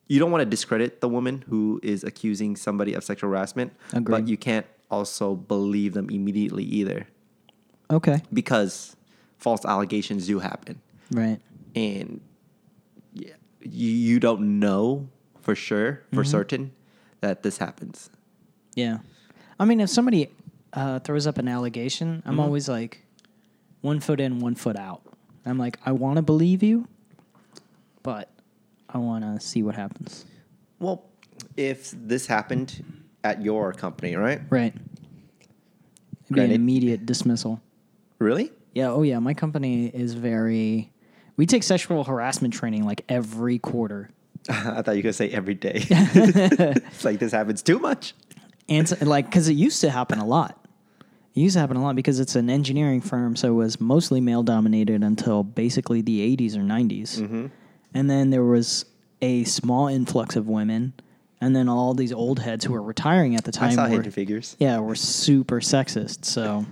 A: you don't want to discredit the woman who is accusing somebody of sexual harassment,
B: Agreed.
A: but you can't also believe them immediately either
B: Okay.
A: because false allegations do happen,
B: Right.
A: and yeah, you, you don't know for sure for certain that this happens.
B: Yeah. I mean, if somebody uh, throws up an allegation, I'm always like one foot in, one foot out. I'm like, I want to believe you, but I want to see what happens.
A: Well, if this happened at your company, right?
B: Right. It'd be an
A: Granted-
B: immediate dismissal.
A: Really?
B: Yeah. Oh, yeah. My company is very. We take sexual harassment training like every quarter.
A: I thought you were gonna say every day. it's like this happens too much.
B: And so, like, because it used to happen a lot. It used to happen a lot because it's an engineering firm, so it was mostly male dominated until basically the 80s or 90s.
A: Mm-hmm.
B: And then there was a small influx of women, and then all these old heads who were retiring at the time
A: I saw
B: were,
A: Hidden Figures.
B: yeah, were super sexist. So,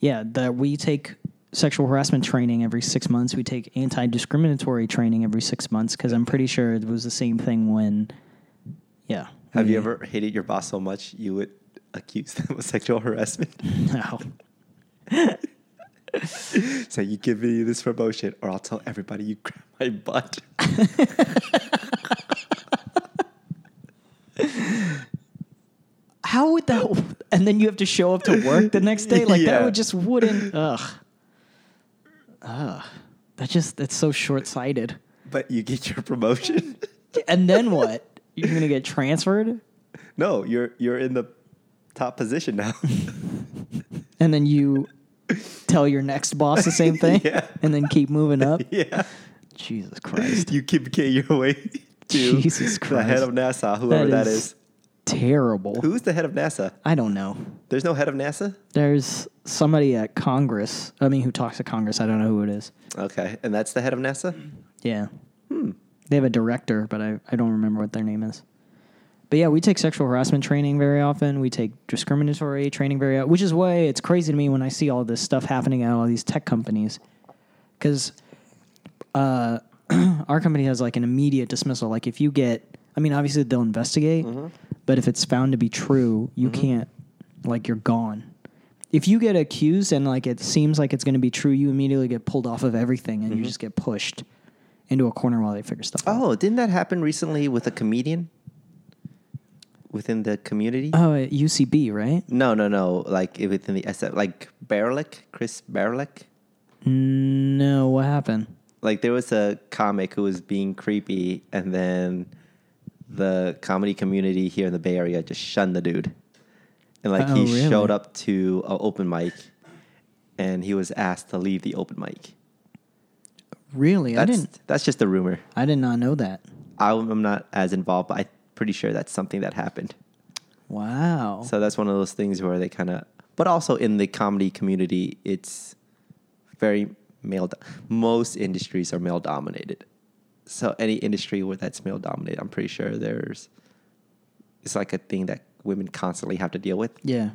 B: yeah, that we take sexual harassment training every six months. We take anti discriminatory training every six months because I'm pretty sure it was the same thing when, yeah.
A: Have
B: we-
A: you ever hated your boss so much you would accuse them of sexual harassment?
B: No.
A: so you give me this promotion, or I'll tell everybody you grabbed my butt.
B: How would that? And then you have to show up to work the next day. Like that
A: Yeah.
B: would just wouldn't. Ugh. Ugh. That just that's so short sighted.
A: But you get your promotion.
B: And then what? You're gonna get transferred,
A: no, you're you're in the top position now.
B: and then you tell your next boss the same thing,
A: Yeah.
B: and then keep moving up.
A: yeah,
B: Jesus Christ!
A: you keep getting your way to
B: Jesus
A: the head
B: Christ.
A: of NASA, whoever
B: That
A: that
B: is-
A: is.
B: Terrible.
A: Who's the head of NASA?
B: I don't know.
A: There's no head of NASA.
B: There's somebody at Congress. I mean, who talks to Congress? I don't know who it is.
A: Okay, and that's the head of NASA. Hmm.
B: Yeah. They have a director, but I, I don't remember what their name is. But yeah, we take sexual harassment training very often. We take discriminatory training very often, which is why it's crazy to me when I see all this stuff happening at all these tech companies. Because uh, our company has like an immediate dismissal. Like if you get, I mean, obviously they'll investigate, but if it's found to be true, you can't, like, you're gone. If you get accused and like it seems like it's going to be true, you immediately get pulled off of everything and you just get pushed into a corner while they figure stuff out.
A: Oh, didn't that happen recently with a comedian within the community?
B: Oh, at UCB, right?
A: no, no, no. Like i- within the SF, like Berlick, Chris Berlick.
B: No, what happened?
A: Like there was a comic who was being creepy, and then the comedy community here in the Bay Area just shunned the dude. And like he
B: Oh, really?
A: showed up to an open mic, and he was asked to leave the open mic.
B: Really, I
A: That's
B: didn't.
A: that's just a rumor.
B: I did not know that.
A: I'm I'm not as involved, but I'm pretty sure that's something that happened.
B: Wow.
A: So that's one of those things where they kind of, but also in the comedy community, it's very male. Do- Most industries are male dominated. So any industry where that's male dominated, I'm pretty sure there's, it's like a thing that women constantly have to deal with.
B: yeah,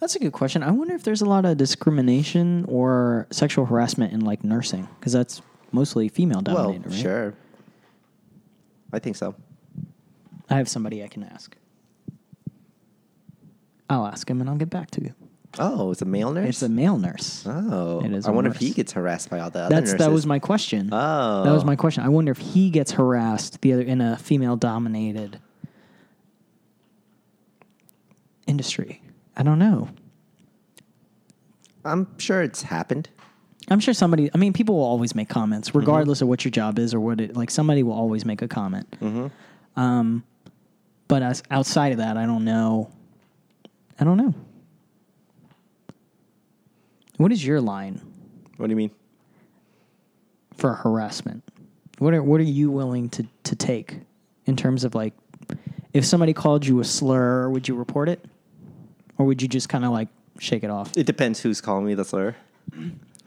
B: that's a good question. I wonder if there's a lot of discrimination or sexual harassment in like nursing because that's mostly female
A: Well,
B: dominated. right?
A: sure. I think so.
B: I have somebody I can ask. I'll ask him and I'll get back to you.
A: Oh, it's a male nurse.
B: It's a male nurse.
A: Oh,
B: It is
A: I
B: a
A: wonder if
B: nurse.
A: he gets harassed by all the other
B: That's
A: nurses.
B: that was my question.
A: Oh,
B: That was my question. I wonder if he gets harassed the other in a female dominated industry. I don't know.
A: I'm sure it's happened.
B: I'm sure somebody. I mean, people will always make comments, regardless of what your job is or what it. Like somebody will always make a comment.
A: Mm.
B: Um, but as, outside of that, I don't know. I don't know. What is your line
A: What do you mean?
B: for harassment? What are What are you willing to to take in terms of like, if somebody called you a slur, would you report it, or would you just kind of like shake it off?
A: It depends who's calling me the slur.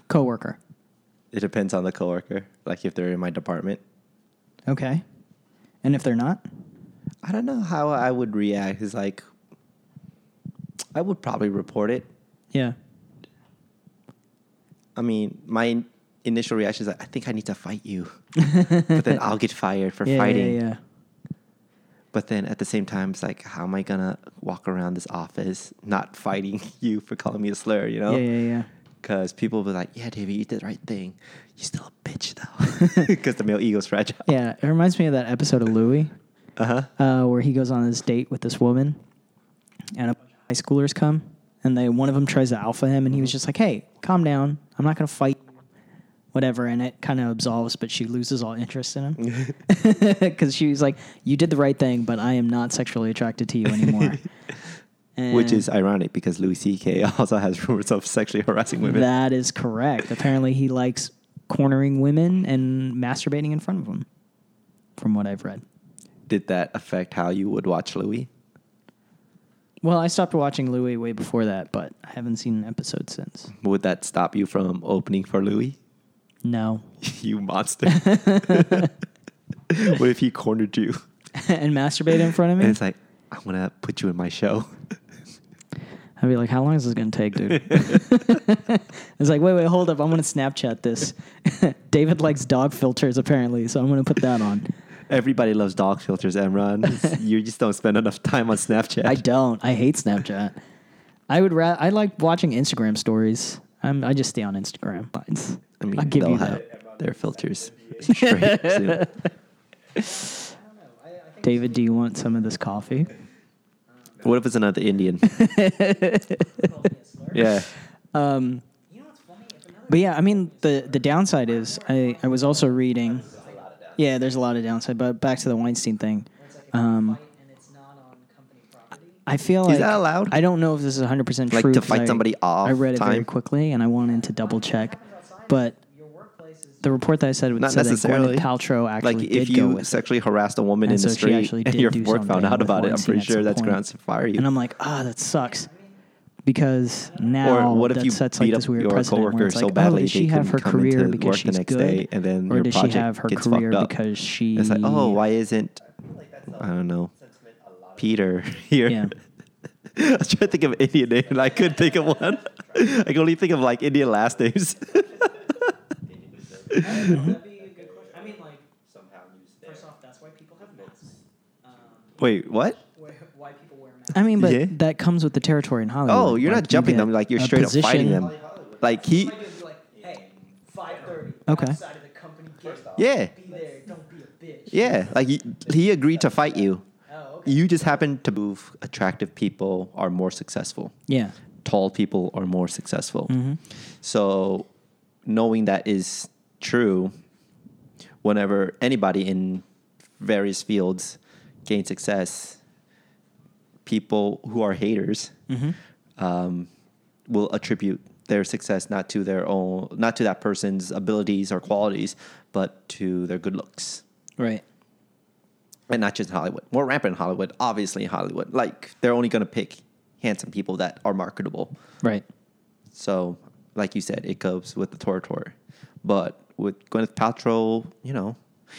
B: Coworker.
A: It depends on the coworker. Like if they're in my department,
B: Okay. And if they're not,
A: I don't know how I would react. Is like, I would probably report it.
B: yeah.
A: I mean, my in- initial reaction is like, I think I need to fight you, but then I'll get fired for fighting.
B: Yeah, yeah.
A: But then at the same time, it's like, how am I gonna walk around this office not fighting you for calling me a slur? You know?
B: Yeah, yeah, yeah.
A: Because people will be like, yeah, David, you did the right thing. You're still a bitch though, because the male ego's fragile.
B: Yeah, it reminds me of that episode of Louie
A: Uh huh.
B: uh, where he goes on his date with this woman and a bunch of high schoolers come and they one of them tries to alpha him and he was just like, "Hey, calm down. I'm not going to fight whatever." And it kind of absolves, but she loses all interest in him cuz she's like, "You did the right thing, but I am not sexually attracted to you anymore."
A: Which
B: And-
A: is ironic because Louis C.K. also has rumors of sexually harassing women.
B: That is correct. Apparently, he likes cornering women and masturbating in front of them, from what I've read.
A: Did that affect how you would watch Louis?
B: Well, I stopped watching Louis way before that, but I haven't seen an episode since.
A: Would that stop you from opening for Louis?
B: No.
A: you monster. what if he cornered you?
B: and masturbate in front of
A: And
B: me?
A: it's like, I'm going to put you in my show.
B: I'd be like, how long is this going to take, dude? it's like, wait, wait, hold up. I'm going to Snapchat this. David likes dog filters, apparently, so I'm going to put that on.
A: Everybody loves dog filters, Emron. It's- you just don't spend enough time on Snapchat.
B: I don't. I hate Snapchat. I would ra- I like watching Instagram stories. I'm, I just stay on Instagram.
A: I mean,
B: I'll give
A: they'll
B: you
A: have
B: that.
A: their filters straight soon.
B: David, do you want some of this coffee?
A: What if it's another Indian? yeah.
B: Um, But yeah, I mean the the downside is I, I was also reading. Yeah, there's a lot of downside. But back to the Weinstein thing, um, I feel like
A: that allowed?
B: I don't know if this is 100 percent
A: Like
B: true.
A: to
B: 'cause
A: fight
B: I-
A: somebody off
B: I read it very
A: time?
B: quickly and I wanted to double check, but the report that I said would
A: Not
B: said that
A: necessarily.
B: Gwyneth Paltrow actually
A: Like
B: did
A: if
B: go
A: you
B: with it.
A: sexually harassed a woman
B: And
A: in the
B: so she
A: street
B: actually
A: and
B: did
A: your
B: do
A: work found
B: something
A: out
B: with
A: about it, I'm
B: Weinstein
A: pretty
B: at some
A: sure that's
B: point.
A: grounds to fire you.
B: And I'm like, ah, that sucks. Because now
A: Or what if
B: that
A: you
B: sets
A: beat
B: like
A: up
B: this weird
A: your
B: precedent where
A: coworker
B: it's
A: so
B: like,
A: badly
B: oh, does
A: they
B: she have her
A: couldn't come into
B: career
A: work
B: because
A: the
B: she's
A: next
B: good,
A: day and then
B: or
A: your
B: does she
A: project
B: have her
A: gets
B: career
A: fucked up?
B: because she?
A: It's like, oh, why isn't I don't know Peter here?
B: Yeah.
A: I was trying to think of Indian name and I couldn't think of one. I could only think of like Indian last names.
C: That'd be a good question. I mean, like,
A: Wait, what?
C: why people wear masks.
B: I mean, but
A: Yeah.
B: that comes with the territory in Hollywood.
A: Oh, you're not
B: Like, you
A: jumping
B: get
A: them. Like you're
B: a
A: straight up fighting
B: position-
A: them. Like he,
C: Might just be like, hey, 5:30.
B: Okay.
C: Outside of the company gate.
A: Yeah.
C: Be there. Don't be a bitch.
A: yeah, like he, he agreed to fight you.
C: Oh, okay.
A: You just happen to move. Attractive people are more successful.
B: Yeah.
A: Tall people are more successful. So, knowing that is true, whenever anybody in various fields gains success, people who are haters um, will attribute their success not to their own, not to that person's abilities or qualities, but to their good looks
B: Right.
A: and not just in Hollywood. More rampant in Hollywood, obviously in Hollywood. Like they're only going to pick handsome people that are marketable.
B: Right.
A: So, like you said, it goes with the Tortor. But with Gwyneth Paltrow, you know,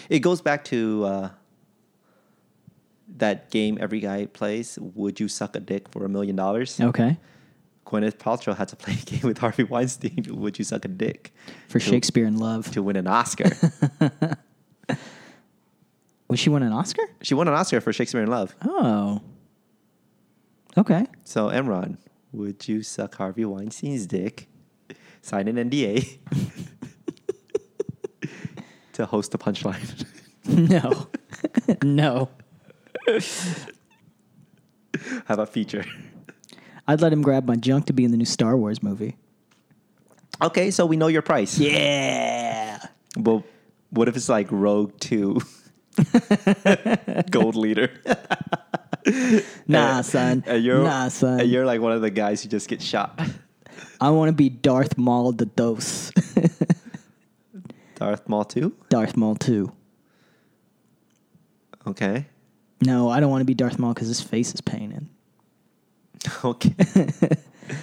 A: it goes back to uh, that game every guy plays. Would you suck a dick for a million dollars?
B: Okay.
A: Gwyneth Paltrow had to play a game with Harvey Weinstein. Would you suck a dick
B: For
A: to-
B: Shakespeare in Love.
A: to win an Oscar?
B: Was she won an Oscar?
A: she won an Oscar for Shakespeare in Love.
B: Oh. Okay.
A: So, Emron, would you suck Harvey Weinstein's dick, sign an NDA to host the punchline?
B: No. no.
A: Have a feature.
B: I'd let him grab my junk to be in the new Star Wars movie.
A: Okay, so we know your price.
B: Yeah.
A: But what if it's like Rogue 2 Gold Leader?
B: Nah, son.
A: And you're,
B: nah, son.
A: And you're like one of the guys who just get shot.
B: I want to be Darth Maul the Dose.
A: Darth Maul 2?
B: Darth Maul 2.
A: Okay.
B: No, I don't want to be Darth Maul because his face is painted.
A: Okay.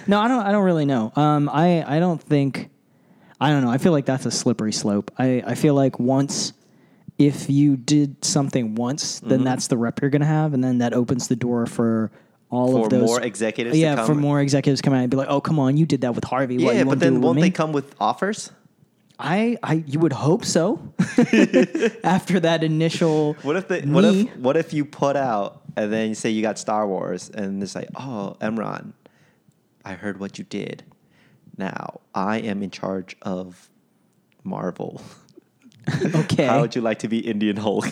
B: No, I don't. I don't really know. Um, I I don't think. I don't know. I feel like that's a slippery slope. I I feel like once, if you did something once,
A: Mm-hmm.
B: then that's the rep you're gonna have, and then that opens the door for all
A: For
B: of those
A: more executives to
B: Yeah, for
A: come.
B: more executives come out and be like, "Oh, come on, you did that with Harvey. Why
A: yeah,
B: you
A: but
B: won't do it
A: then
B: with
A: won't
B: me?"
A: they come with offers?
B: I I you would hope so. After that initial,
A: What if the what if
B: me-
A: what if you put out and then you say you got Star Wars and it's like, oh, Emron, I heard what you did. Now I am in charge of Marvel.
B: okay?
A: How would you like to be Indian Hulk?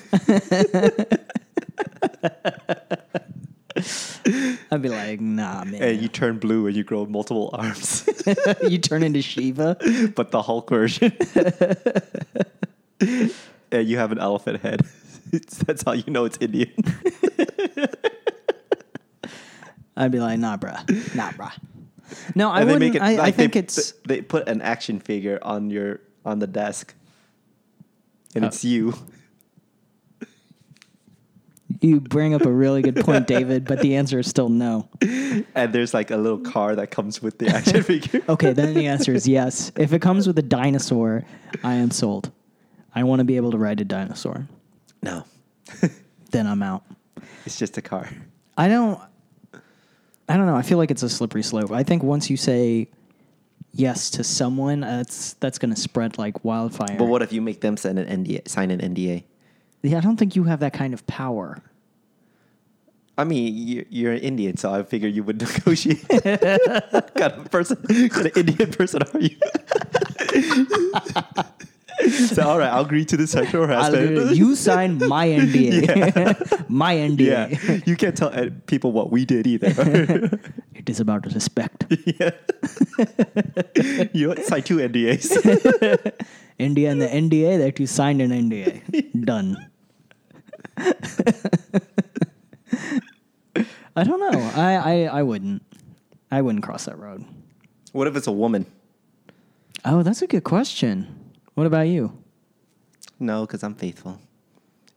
B: I'd be like, nah,
A: and
B: man.
A: you turn blue and you grow multiple arms,
B: You, turn into Shiva.
A: but the Hulk version. and you have an elephant head. That's how you know it's Indian.
B: I'd be like, nah, bruh, nah, bruh. No, I
A: And
B: wouldn't. I, I
A: they
B: think
A: pu-
B: it's
A: they put an action figure on your on the desk, and it's you.
B: you bring up a really good point, David. But the answer is still no.
A: And there's like a little car that comes with the action figure.
B: Okay, then the answer is yes. If it comes with a dinosaur, I am sold. I want to be able to ride a dinosaur.
A: No,
B: Then I'm out.
A: it's just a car.
B: I don't. I don't know. I feel like it's a slippery slope. I think once you say yes to someone, that's that's going to spread like wildfire.
A: But what if you make them sign an NDA? Sign an NDA.
B: Yeah, I don't think you have that kind of power.
A: I mean, you're, you're an Indian, so I figure you would negotiate. what kind of person, what kind of Indian person are you? so, all right, I'll agree to the sexual
B: I'll
A: harassment.
B: literally- you sign my NDA. my
A: yeah,
B: NDA.
A: you can't tell uh, people what we did either.
B: It is about respect.
A: yeah. you sign two NDAs.
B: India and the NDA that you signed an NDA. Done. I don't know. I, I, I wouldn't. I wouldn't cross that road.
A: what if it's a woman?
B: Oh, that's a good question. What about you?
A: No, because I'm faithful.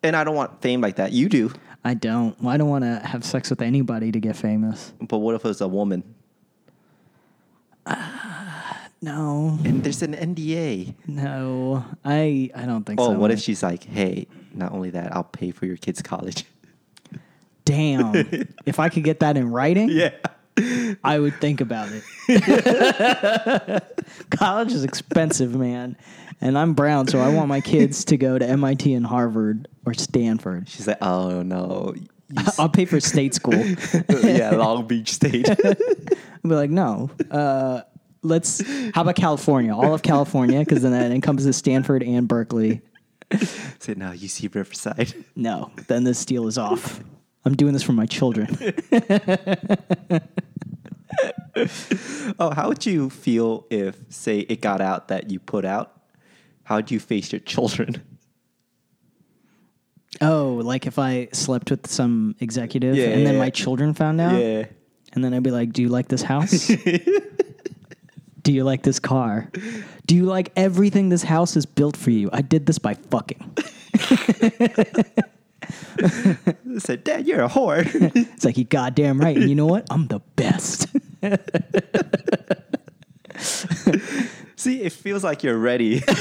A: And I don't want fame like that. You do.
B: I don't. I don't want to have sex with anybody to get famous.
A: But what if it's a woman?
B: No.
A: And there's an NDA.
B: No. I I don't think
A: Oh,
B: so.
A: what if she's like, hey, not only that, I'll pay for your kid's college.
B: Damn. if I could get that in writing,
A: Yeah.
B: I would think about it. College is expensive, man. And I'm brown, so I want my kids to go to MIT and Harvard or Stanford.
A: She's like, oh no,
B: I'll pay for state school. I'll
A: yeah, Long Beach State.
B: be like, no. Uh, let's. How about California? All of California, because then that encompasses Stanford and Berkeley.
A: Say now you see Riverside.
B: No, then this deal is off. I'm doing this for my children.
A: Oh, how would you feel if, say, it got out that you put out? How'd you face your children?
B: Oh, like if I slept with some executive
A: Yeah,
B: and then
A: yeah.
B: my children found out,
A: Yeah.
B: and then I'd be like, "Do you like this house? Do you like this car? Do you like everything this house is built for you? I did this by fucking."
A: Said, Dad, you're a whore.
B: It's like you goddamn right, and you know what? I'm the best.
A: See, it feels like you're ready.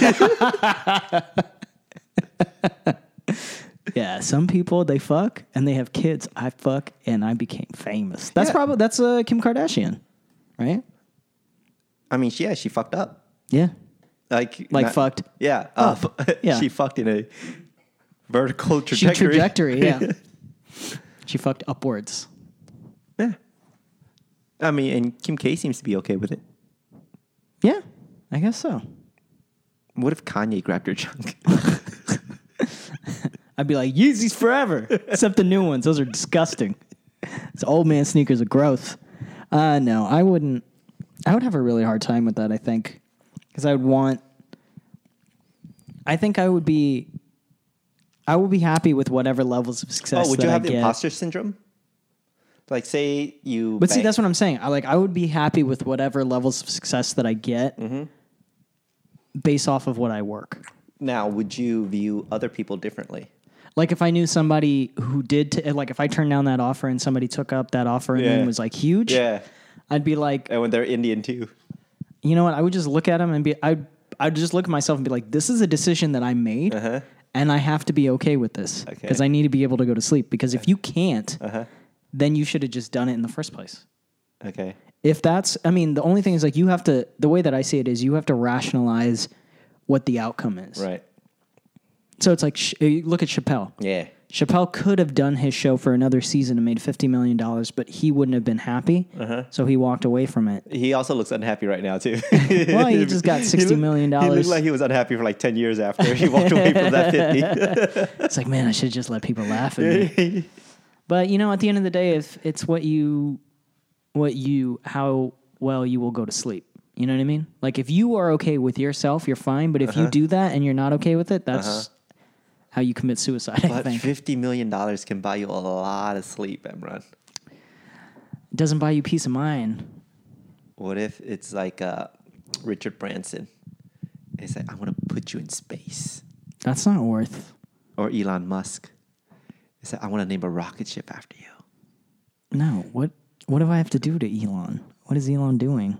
B: yeah, some people they fuck and they have kids. I fuck and I became famous. That's
A: Yeah.
B: probably that's uh, Kim Kardashian, right?
A: I mean, yeah, she fucked up.
B: Yeah,
A: Like,
B: Like fucked Oh,
A: Yeah, up.
B: Yeah.
A: she fucked in a vertical
B: she
A: trajectory.
B: trajectory. Yeah, she fucked upwards.
A: yeah. I mean, and Kim K seems to be okay with it.
B: Yeah, I guess so.
A: What if Kanye grabbed her junk?
B: I'd be like Yeezys forever, except the new ones. Those are disgusting. It's old man sneakers are gross. Uh, no, I wouldn't. I would have a really hard time with that. I think because I would want. I think I would be. I would be happy with whatever levels of success.
A: oh, would
B: that
A: you have
B: I
A: the
B: get.
A: imposter syndrome? Like, say you.
B: But see,
A: bang-
B: that's what I'm saying. I like. I would be happy with whatever levels of success that I get,
A: Mm-hmm.
B: based off of what I work.
A: Now, would you view other people differently?
B: Like if I knew somebody who did, t- eh, like if I turned down that offer and somebody took up that offer and
A: Yeah.
B: then was like huge,
A: Yeah.
B: I'd be like,
A: And when they're Indian too.
B: you know what? I would just look at him and be, I'd, I'd just look at myself and be like, this is a decision that I made, and I have to be okay with this
A: Uh-huh. Okay. Uh-huh.
B: because I need to be able to go to sleep. Because if you can't, then you should have just done it in the first place.
A: Okay.
B: If that's, I mean, the only thing is like you have to. The way that I see it is you have to rationalize what the outcome is.
A: Right.
B: So it's like sh- eh, you look at Chappelle.
A: Yeah.
B: Chappelle could have done his show for another season and made fifty million dollars, but he wouldn't have been happy. So he walked away from it.
A: He also looks unhappy right now too.
B: Well, he just got sixty
A: He
B: million dollars.
A: looked like he was unhappy for like ten years after he walked away from that fifty.
B: it's like, man, I should just let people laugh at me. but you know, at the end of the day, if it's what you, what you, how well you will go to sleep. You know what I mean? Like if you are okay with yourself, you're fine. But if you do that and you're not okay with it, that's how you commit suicide. I
A: But
B: think
A: fifty million dollars can buy you a lot of sleep, Emron.
B: it doesn't buy you peace of mind.
A: What if it's like uh, Richard Branson? It's like I want to put you in space,
B: That's not worth.
A: or Elon Musk. It's like I want to name a rocket ship after you.
B: No. What? What do I have to do to Elon? What is Elon doing?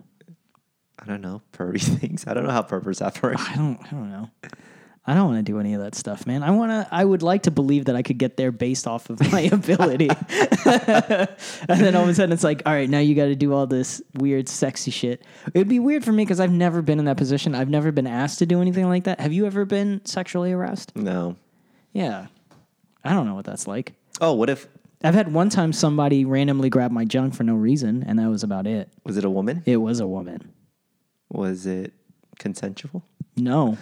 A: I don't know pervy things. I don't know how pervers operate.
B: I don't I don't know. I don't want to do any of that stuff, man. I want to I would like to believe that I could get there based off of my ability. and then all of a sudden it's like, all right, now you got to do all this weird sexy shit. It would be weird for me cuz I've never been in that position. I've never been asked to do anything like that. Have you ever been sexually harassed?
A: No.
B: Yeah. I don't know what that's like.
A: Oh, what if
B: I've had one time somebody randomly grab my junk for no reason and that was about it.
A: was it a woman?
B: It was a woman.
A: Was it consensual?
B: No.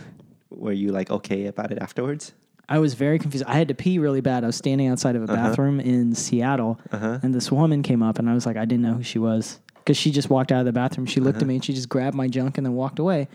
A: Were you like okay about it afterwards?
B: I was very confused. I had to pee really bad. I was standing outside of a bathroom in Seattle, and this woman came up, and I was like, I didn't know who she was because she just walked out of the bathroom. She looked at me and she just grabbed my junk and then walked away.